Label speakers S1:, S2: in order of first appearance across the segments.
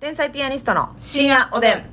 S1: 天才ピアニストの深夜おでん。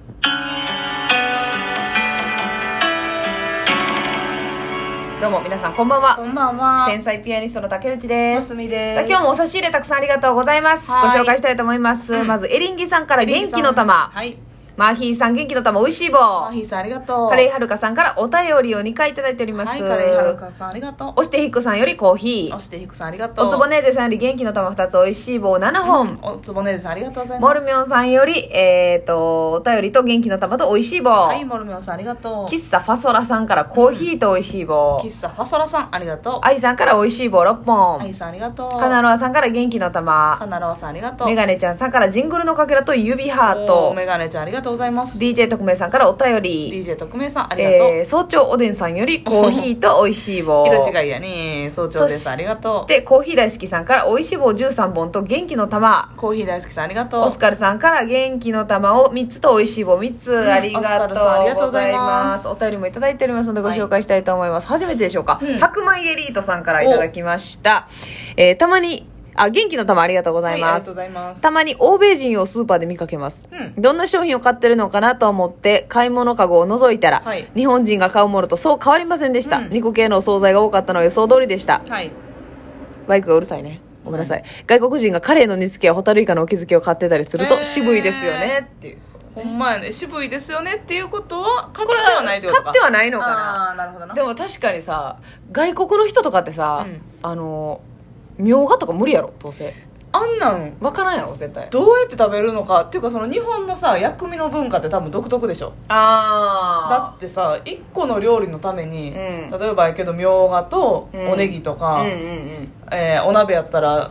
S1: どうも皆さんこんばんは。
S2: こんばんは。
S1: 天才ピアニストの竹内で。
S2: ますすみです。
S1: さあ今日もお差し入れたくさんありがとうございます。ご
S2: はい
S1: 紹介したいと思います。
S2: うん
S1: まずエリンギさんから
S2: エリ
S1: 元
S2: ンギさ
S1: 気
S2: ん
S1: の玉。
S2: はい。
S1: マーヒーさん元気の玉美味しい棒。
S2: マーヒーさんありがとう。
S1: カレイはるかさんからお便りを2回いただいております。
S2: はい、カレイハルカさんありがとう。
S1: 押してひっこさんよりコーヒ
S2: 押
S1: ー。
S2: してひくさんありがとう。
S1: おつぼねーでさんより元気の玉2つ美味しい棒7本。
S2: おつぼねです。ありがとうございます。
S1: モルミョンさんより、えー、と、お便りと元気の玉と美味しい棒。
S2: はい、モルミョンさんありがとう。
S1: 喫茶ファソラさんからコーヒーと美味しい棒。
S2: 喫茶ファソラさんありがと
S1: アイさんから美味しい棒6
S2: う。アイ
S1: 本。
S2: さんありがとう。
S1: カナロアさんから元気の
S2: カ
S1: 玉。
S2: ナロアさんありがとう。
S1: メガネちゃんさんからジングルのかけらと指ハー
S2: お
S1: ト。
S2: メガネちゃんありがとうございます。
S1: DJ 特命さんからお便り。
S2: DJ 特命さんありがとう。
S1: えー、早朝おでんさんよりコーヒーと美味しい棒。
S2: 色違いやね。早朝
S1: そ
S2: で
S1: し
S2: す。
S1: て
S2: ありがとう。
S1: で、コーヒー大好きさんから美味しい棒13本と元気の玉。
S2: コーヒー大好きさんありがとう。
S1: オスカルさんから元気の玉を3つと美味しい棒3つ、
S2: ん
S1: ありが
S2: オスカルさんあり
S1: と
S2: がと
S1: う
S2: う
S1: ご
S2: ご
S1: ざ
S2: ざ
S1: い
S2: い
S1: ま
S2: ますす
S1: お便りもいただいておりますのでご紹介したいと思います、初めてでしょうか、
S2: うん
S1: 白米エリートさんから
S2: お
S1: いただきました、えーたまにあ元気の玉ありがとうござい
S2: はい、あり
S1: ま
S2: がと
S1: す、
S2: うございます。
S1: たまに欧米人をスーパーで見かけます、
S2: う
S1: どんな商品を買ってるのかなと思って買い物かごを覗いたら、
S2: はい
S1: 日本人が買うものとそう変わりませんでした、
S2: うん
S1: 2個系のお惣菜が多かったのが予想通りでした
S2: はい。
S1: バイクがうるさいね。ごめんなさい。外国人がカレイの煮付けやホタルイカのお気づきを買ってたりする
S2: え
S1: と
S2: ー
S1: 渋いですよねっていう。
S2: ほんまやね。渋いですよねっていうことは、買っ
S1: こ
S2: て
S1: れ
S2: は
S1: は
S2: な
S1: 買
S2: いってことか。
S1: ってはないのかな。
S2: ああー、なるほどな。
S1: でも確かにさ、外国の人とかってさ、
S2: うん
S1: あの、みょうがとか無理やろ、どうせ。
S2: あんなん、
S1: わからんやろ、絶対。
S2: どうやって食べるのかっていうかその日本のさ薬味の文化って多分独特でしょだ
S1: あ
S2: ってさ一個の料理のために、
S1: うん
S2: 例えばやけどみょうがと
S1: うん
S2: おネギとか、
S1: うんうん
S2: えーお鍋やったら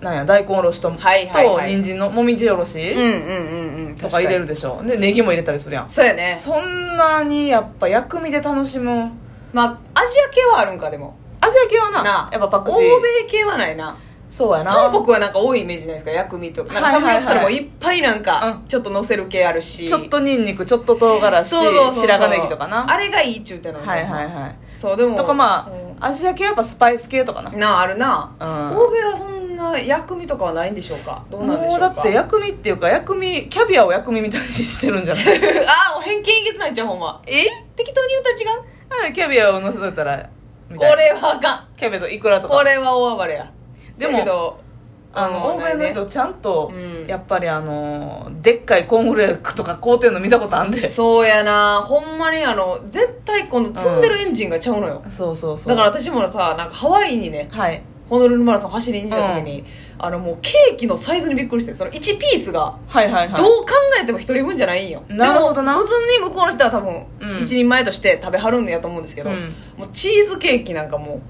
S2: なんや大根おろしと、
S1: はいはいはい
S2: と人参のもみじおろし、
S1: うん。うんうんうんうん。
S2: とか入れる
S1: 確
S2: でしょでネギも入れたりするやん
S1: に。そうやね。
S2: そんなにやっぱ薬味で楽しむ
S1: まあ、アジア系はあるんか、でも。
S2: アジア系はな
S1: なあ
S2: やっぱパクチー
S1: 欧米系はないな。
S2: そうやな
S1: 韓国はなんか多いイメージないですか、薬味とか。なんかサムギョプサルもいっぱいなん
S2: はいはい
S1: か
S2: は、
S1: ちょっと乗せる系あるし。
S2: ちょっとニンニクちょっと唐辛子
S1: そうそうそうそう
S2: 白髪ネギとかな
S1: あれがいいっちゅうてんのに
S2: はいはいはい
S1: そうでも
S2: とかまあ、
S1: う
S2: アジア系はやっぱスパイス系とかな、
S1: んなああるな、
S2: うん
S1: 欧米はそんな薬味とかはないんでしょうかどうなんでし
S2: も
S1: ょ
S2: う
S1: うか
S2: だって薬味っていうか薬味キャビアを薬味みたいにしてるんじゃない
S1: ああもう偏見いけてないじゃんほんま
S2: え
S1: 適当に言うたら違う
S2: はいキャビアをのせたらみ
S1: こ
S2: たいな
S1: れはあかん
S2: キャビアとイクラと
S1: こ
S2: か
S1: れは大暴れや
S2: でも
S1: せやけど
S2: あの欧米の
S1: ね
S2: 人ちゃんと、
S1: うん
S2: やっぱりあのでっかいコーンフレークとか買うてんの見たことあんでそ
S1: そうやなほんまにあの絶対この積んでるエンジンがちゃうのよ、
S2: うそうそう
S1: だから私もさなんかハワイにね
S2: はい
S1: ホノルルマラソン走りに行った時に、あのもうケーキのサイズにびっくりしてその1ピースが
S2: はいはいはい
S1: どう考えても一人分じゃないんよ
S2: なるほどな
S1: でも普通に向こうの人は多
S2: う
S1: 分
S2: ん
S1: 一人前として食べはるんやと思うんですけど、
S2: うん
S1: もうチーズケーキなんかもう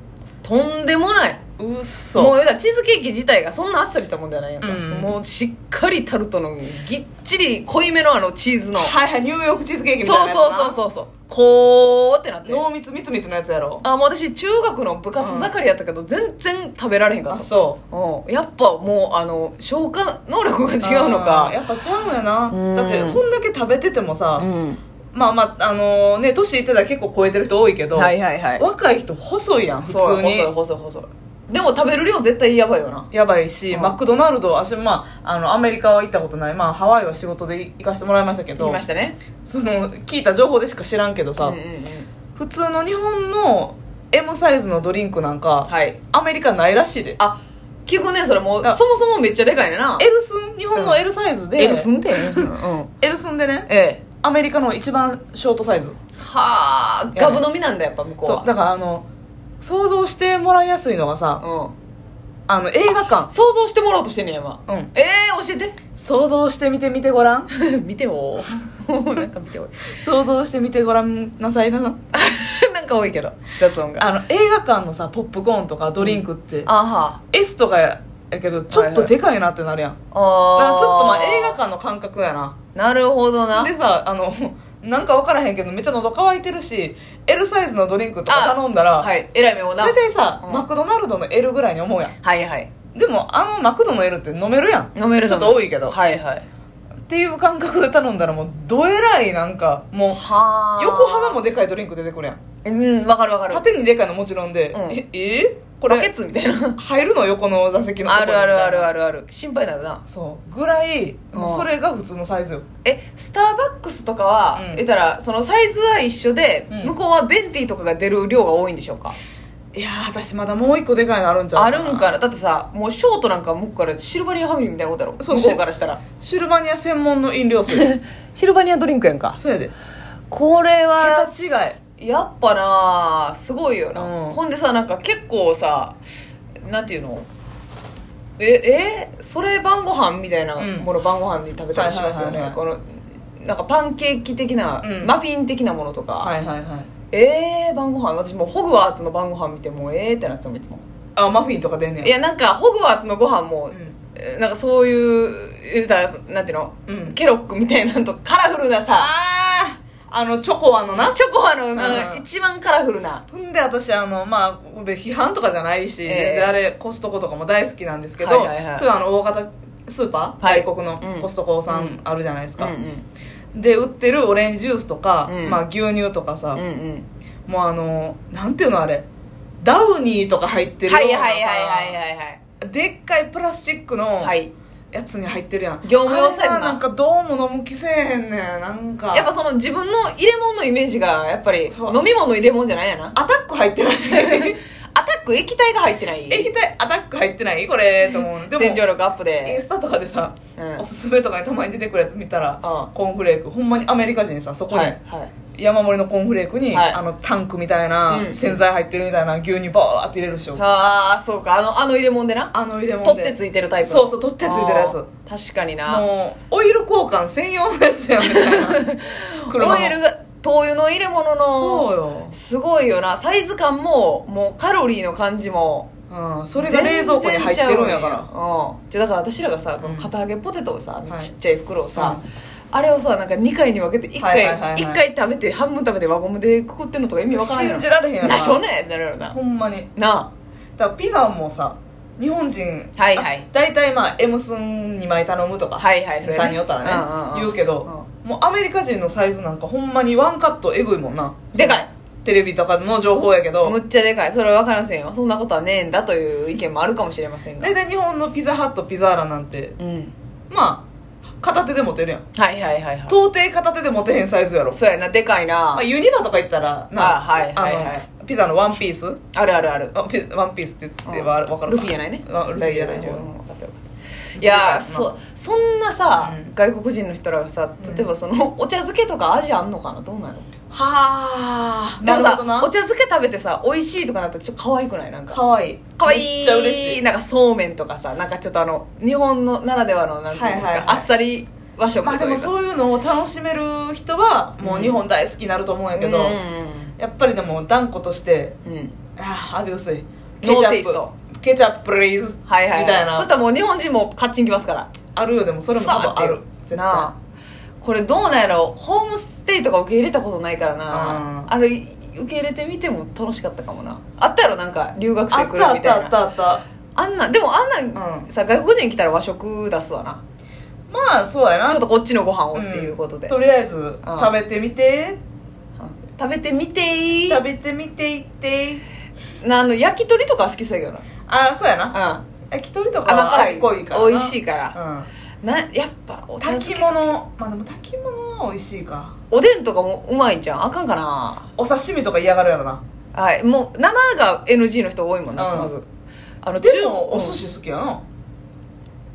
S1: とんでもないう
S2: っ
S1: もう
S2: そ
S1: 言うたらチーズケーキ自体がそんなあっさりしたもんじゃないやんか、
S2: うん
S1: もうしっかりタルトのぎっちり濃いめのあのチーズのそう
S2: はいはいニューヨークチーズケーキみたいな
S1: そ
S2: や
S1: う
S2: つな
S1: そうそうそうこうってなって
S2: 濃密みつみつのやつやろ
S1: あもう私中学の部活盛りやったけど、全然食べられへんか
S2: あ
S1: った
S2: そう
S1: うん、やっぱもうあの消化能力が違うの
S2: あー
S1: か
S2: やっぱちゃうんやな、
S1: うん
S2: だってそんだけ食べててもさ、
S1: ん
S2: まあまああのね年いってたら結構超えてる人多いけど、
S1: はいはいはい
S2: 若い人細いやん普
S1: そう
S2: 通に
S1: 細い細い細いでも食べる量絶対やばいよな
S2: やばいし、
S1: うん
S2: マクドナルド私まああのアメリカは行ったことないまあハワイは仕事で行かせてもらいましたけ
S1: 言い
S2: ど
S1: ましたね
S2: その聞いた情報でしか知らんけどさ、
S1: うんうんうん
S2: 普通の日本の M サイズのドリンクなんか、
S1: はい
S2: アメリカないらしいで
S1: あ聞くねそれもう
S2: あ
S1: そもそもめっちゃでかいねんな
S2: L スン日本の L サイズで、
S1: L すんてうんうん
S2: エルスンでね
S1: ええ
S2: アメリカの一番ショートサイズ
S1: はあガブ飲みなんだやっぱ向こう
S2: そうだからあの想像してもらいやすいのがさ
S1: は
S2: あの映画
S1: うん
S2: 館
S1: 想像してもらおうとしてんねや今
S2: うん
S1: ええ教え
S2: 想像してみてみてごらん
S1: て 見てよ なんか見てよ
S2: 想像してみてごらんなさいな
S1: なんか多いけど雑音が
S2: あの映画館のさポップコーンとかドリンクって、
S1: あは
S2: S とかやけどちょっとでかいなってなるやん、
S1: あ
S2: だから
S1: あ
S2: ちょっとまあ映画館の感覚やな
S1: なるほどな
S2: でさあのなんか分からへんけどめっちゃ喉乾いてるし L サイズのドリンクとか頼んだら、
S1: はい偉い目もな
S2: 大体さ、
S1: うん
S2: マクドナルドの L ぐらいに思うやん
S1: はいはい
S2: でもあのマクドの L って飲めるやん
S1: 飲める
S2: ちょ
S1: ぞ
S2: っと多いけど
S1: はいはい
S2: っていう感覚で頼んだらもうどえらいなんかもう
S1: はあ
S2: 横幅もでかいドリンク出てくるやん
S1: うんわかるわかる
S2: 縦にでかいのもちろんで、
S1: うん
S2: ええこ
S1: バケ
S2: れ
S1: ツみたいな
S2: 入るの 横の座席のとこ
S1: あ
S2: ろに
S1: るあるあるあるある心配になるな
S2: そうぐらい
S1: うん
S2: もうそれが普通のサイズよ
S1: えスターバックスとかは、
S2: うん
S1: 言ったらそのサイズは一緒で、
S2: うん
S1: 向こうはベンティとかが出る量が多いんでしょうか、
S2: いやー私まだもう一個でかいのあるんちゃう
S1: あるんかなだってさもうショートなんか向こうからシルバニアファミリーみたいなことやろ
S2: そう
S1: 向こうからしたら
S2: シルバニア専門の飲料水
S1: シルバニアドリンクやんか
S2: そうやで
S1: これは
S2: 桁違い
S1: やっぱなあすごいよな、
S2: うん
S1: ほんでさなんか結構さなんていうのええそれ晩ご飯みたいな
S2: うん
S1: もの晩ご飯で食べたりしますよ
S2: はいは
S1: ね
S2: い
S1: このなんかパンケーキ的な、
S2: うん
S1: マフィン的なものとか、
S2: はいはいはい
S1: ええ晩ご飯私もうホグワーツの晩ご飯見てもうええってなってたもんいつも
S2: あマフィンとか出んねん
S1: いやなんかホグワーツのご飯も、
S2: う
S1: えーなんかそういう言うたらなんていうの、
S2: ん、うん、
S1: ケロックみたいなのとカラフルなさ
S2: あああのチョコあのな
S1: チョコあのなんか
S2: うん
S1: 一番カラフルな、
S2: ほんで私あのまあ俺批判とかじゃないし、
S1: ええ
S2: 全然あれコストコとかも大好きなんですけど、
S1: はいはいはい
S2: そういうあの大型スーパー、
S1: はい
S2: 外国の
S1: うん
S2: コストコさんあるじゃないです
S1: うん
S2: か、
S1: うん、
S2: で売ってるオレンジジュースとか、
S1: うん
S2: まあ、牛乳とかさ、
S1: うんうん
S2: もうあのなんていうのあれダウニーとか入ってるよ
S1: は
S2: う
S1: い
S2: なさ、
S1: はいはいはいはいはい
S2: でっかいプラスチックの
S1: はい
S2: やつに入ってるやん、
S1: 業務用サイズな
S2: あれがなんかどうも飲む気せえへんねんなんか
S1: やっぱその自分の入れ物のイメージがやっぱり
S2: そう
S1: 飲み物の入れ物じゃないやな
S2: アタック 入ってない
S1: アタック液体が入ってない
S2: 液体アタック入ってないこれと思うでも
S1: 洗浄力アップ
S2: イン
S1: で
S2: スタとかでさ、
S1: うん
S2: おすすめとかにたまに出てくるやつ見たら、
S1: うん
S2: コーンフレークほんまにアメリカ人さそこに、
S1: はいはい
S2: 山盛りのコーンフレークに、
S1: はい
S2: あのタンクみたいな、
S1: うん
S2: 洗剤入ってるみたいな牛乳バーって入れるでしょ
S1: ああそうかあのあの入れ物でな
S2: あの入れ物
S1: 取
S2: で
S1: ってついてるタイプ
S2: そうそう取ってついてるやつ
S1: あー確かにな
S2: もうオイル交換専用のやつやんみ たいな車の
S1: オイルが灯油の入れ物
S2: そ
S1: の
S2: うよ、
S1: すごいよなサイズ感ももうカロリーの感じも
S2: うん、それが冷蔵庫に入ってるんやから
S1: らうんじゃあだから私らがさ
S2: ん
S1: この片揚げポテトをさ、
S2: はい
S1: ちっちゃい袋をさ、あれをさなんか2回に分けて1回、
S2: はいはいはいはい
S1: 一回食べて半分食べて輪ゴムでくくってんのとか意味わからんや
S2: 信
S1: ろ
S2: じられへんやろ
S1: なしょうねってなるよな
S2: ほんまに
S1: な
S2: だからピザもさ日本人
S1: はいはい
S2: あ大体まあ M スン2枚頼むと
S1: あ
S2: か
S1: はいはいそれ、
S2: 3によったらね、
S1: んんん
S2: 言うけど、もうアメリカ人のサイズなんかほんまにワンカットえぐいもんな
S1: でかい
S2: テレビとかの情報やけ
S1: うん
S2: ど
S1: むっちゃでかいそれは分かりませんよそんなことはねえんだという意見もあるかもしれませんが
S2: 大体日本のピザハットピザーラなんて
S1: うん
S2: まあ片手で持てるやん
S1: はいはいはいはい
S2: 到底片手で持てへんサイズやろ、
S1: そうやなでかいな、
S2: まあ、ユニバとか行ったらな
S1: あはいはいはい
S2: あのピザのワンピース
S1: あるあるある
S2: ワンピワンピースって言ってわわかる
S1: ル
S2: か
S1: フィやないね
S2: わルフィやない
S1: 大丈夫大丈夫うん分かって
S2: 方
S1: る分かってるい
S2: ルフィや
S1: や
S2: な
S1: ーそそんなさ、
S2: うん
S1: 外国人の人らがさ例えばその、 お茶漬けとか味あんのかなどうなの
S2: はあ
S1: で
S2: な
S1: も
S2: る
S1: さ
S2: ほど
S1: お茶
S2: な
S1: 漬け食べてさ美味しいとかなったらちょっと可愛くないなんか
S2: かわいい
S1: 可愛い
S2: めっちゃ嬉しい
S1: なんかそうめんとかさなんかちょっとあの日本のならではのなんていうんですか、
S2: はいはいはい
S1: あっさり和食とい
S2: まあ
S1: うか
S2: でもそういうのを楽しめる人はもう日本大好きになると思うんやけど、
S1: う
S2: やっぱりでも断固として
S1: んうんうん、うん、
S2: あー味薄
S1: ノ
S2: い
S1: ー
S2: ケチャ
S1: テイ
S2: ッ
S1: スト
S2: プケチャッププレイズ
S1: はいはい、はい、
S2: みたいな
S1: そしたらもう日本人もカッチンきますから
S2: あるよでもそれも多分ある絶対
S1: なあこれどうなんやろホームステイとか受け入れたことないからな、
S2: うん
S1: あれ受け入れてみても楽しかったかもなあったやろなんか留学
S2: あ
S1: 生
S2: っ
S1: 来
S2: たあ
S1: る
S2: っ
S1: みたい
S2: たあっ
S1: な
S2: たあった
S1: あんなでもあんな、
S2: う
S1: ん、
S2: ん
S1: さ外国人来たら和食出すわな
S2: まあそうやな
S1: ちょっとこっちのご飯を
S2: う
S1: っ
S2: ん
S1: ていうことで、
S2: とりあえず食べてみて
S1: 食べてみていい
S2: 食べてみていって
S1: なあの焼き鳥とか好きそうやけど
S2: ああそうやな
S1: なうん
S2: 焼き鳥とか
S1: 甘
S2: は
S1: 辛
S2: 味
S1: い
S2: 濃いからな
S1: 美味しいから、
S2: うん
S1: なやっぱお茶漬け
S2: 炊き物まあでも炊き物は美味しいか
S1: おでんとかもうまいんじゃんあかんかな
S2: お刺身とか嫌がるやろな
S1: はい、もう生が NG の人多いもんな、
S2: うん
S1: まずあの
S2: でもお寿
S1: うん
S2: 司好きやな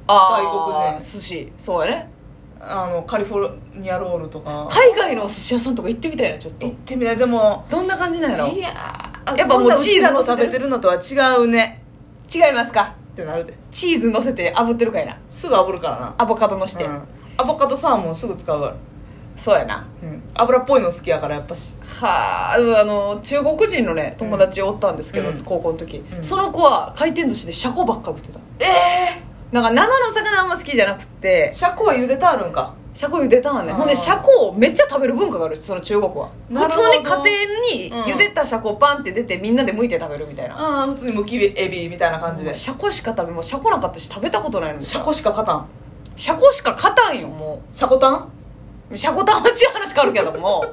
S1: あー
S2: 外国人
S1: 寿司そうやね
S2: あのカリフォルニアロールとか
S1: 海外のお寿司屋さんとか行ってみたいなちょっ
S2: 行っ
S1: と
S2: てみたいでも
S1: どんな感じなんやろ
S2: いやー
S1: やっぱもう
S2: こんな
S1: チーズ
S2: ちらと
S1: 乗せて
S2: 食
S1: る
S2: べてるのとは違うね
S1: 違いますか
S2: ってなるで
S1: チーズ乗せて炙ってるかいな
S2: すぐ炙るからな
S1: アボカドのして、
S2: うんアボカドサーモンすぐ使うから
S1: そうやな
S2: うん油っぽいの好きやからやっぱし
S1: はあうんあの中国人のね友達おったんですけど、
S2: うん
S1: 高校の時、
S2: うん
S1: その子は回転寿司でシャコばっか食ってたええなんか生の魚あんま好きじゃなくて
S2: シャコは茹でてあるんか
S1: シャコ茹でたんね
S2: あー
S1: ほんでシャコをめっちゃ食べる文化があるその中国は普
S2: なるほど
S1: 通に家庭に茹でたシャコパンって出てみんなで剥いて食べるみたいな
S2: ああ普通にむきエビみたいな感じで
S1: シャコしか食べもうシャコなんか私食べたことないの
S2: シャコしか勝たん
S1: 車庫しか勝たんよも
S2: シャコタン
S1: う車庫単は違う話変わるけども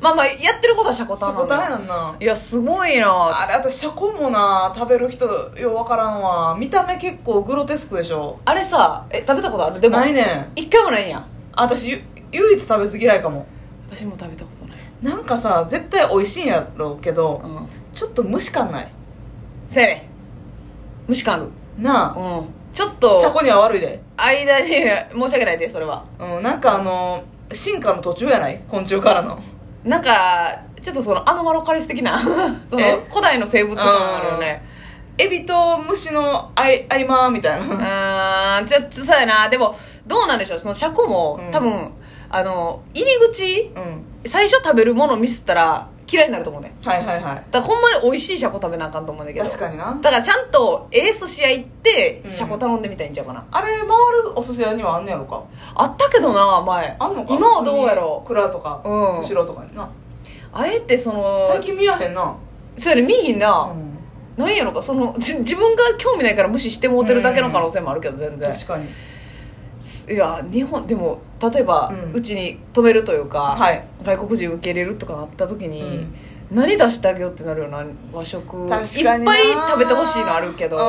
S1: まあまあやってることは車庫
S2: シ
S1: 単
S2: ャ
S1: な
S2: コ
S1: んだ
S2: タンやんない
S1: やすごいな
S2: あれ私シャコもな食べる人ようわからんわ見た目結構グロテスクでしょ
S1: あれさえ食べたことあるでも
S2: ないねん
S1: 一回もないんや
S2: 私ゆ唯一食べず嫌いかも
S1: 私も食べたことない、
S2: なんかさ絶対美味しいんやろうけど
S1: うん、
S2: ちょっと無視感ない
S1: せやねん虫感ある
S2: なあ
S1: うんちょっ
S2: シャ
S1: と
S2: コには悪いで
S1: 間に申し訳ないでそれは
S2: うんなんかあの進化の途中やない昆虫からの
S1: なんかちょっとそのアノマロカレス的 なその
S2: え
S1: 古代の生物感あるよね
S2: エビと虫のあい合間みたいうな
S1: ーんちょっとそうやなでもどうなんでしょうその車庫も、
S2: うん
S1: 多分あの入り口
S2: うん
S1: 最初食べるものミスったら嫌いになると思うね
S2: はいはいは
S1: だ
S2: い
S1: からほんまに美味しい車庫食べなあかんと思うんだけど
S2: 確かにな
S1: だからちゃんとエース試合行って
S2: うん
S1: 車庫頼んでみたいんちゃうかな、
S2: あれ回るお寿司屋にはあんねやろか
S1: あったけどな前
S2: あんのか
S1: 今はどうやろう
S2: 蔵とか
S1: うん
S2: スシローとかにな
S1: あえてその
S2: 最近見やへんな
S1: そうやね見えひんな、
S2: うん
S1: なんやろかそのじ自分が興味ないから無視してもうてるだけの可能性もあるけど全然
S2: 確かに
S1: いや日本でも例えば
S2: うん
S1: うち、に泊めるというか、
S2: はい
S1: 外国人受け入れるとかなった時に、
S2: うん
S1: 何出してあげようってなるよな和食
S2: 確かに
S1: いっぱい食べてほしいのあるけど、
S2: うん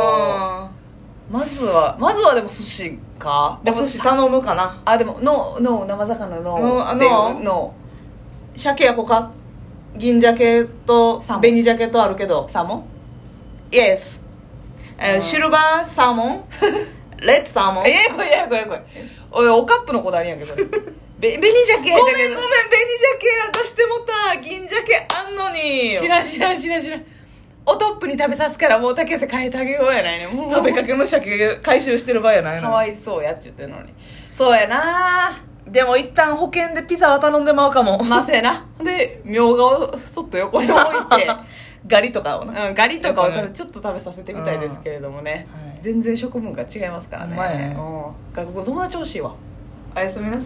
S1: まずはまずはでも寿司かで
S2: お
S1: も
S2: 寿司頼むかな
S1: あでもノーノー生魚の
S2: ノー
S1: っていう
S2: ノー
S1: ノ
S2: 鮭やこか銀鮭と
S1: サーモン
S2: 紅鮭とあるけど
S1: ーサーモン
S2: Yes、えー
S1: うん
S2: シルバーサーモ ンレッドサーモン
S1: ええこれええこれええこれおいおカップのこだわりやんけどべ紅鮭や
S2: ご
S1: った
S2: めんごめ
S1: け
S2: ん紅
S1: ど
S2: 鮭出してもた銀鮭あんのに
S1: 知らん知らん知らん知らんおトップに食べさすからもう竹瀬変えてあげようやないねもう
S2: 食べかけの鮭回収してる場合やないの
S1: かわいそうやっちゅうてんのにそうやな
S2: でも一旦保険でピザは頼んでまうかも、
S1: まあそうやなでみょうがをそっと横に置い て、
S2: ガリとかをな、
S1: うん、ガリとかを
S2: やっぱね
S1: ちょっと食べさせてみたいですけれどもね、
S2: はい
S1: 全然食文化違いますからね
S2: ほんまやね
S1: うん、外国友達欲しいわ
S2: おやすみなさい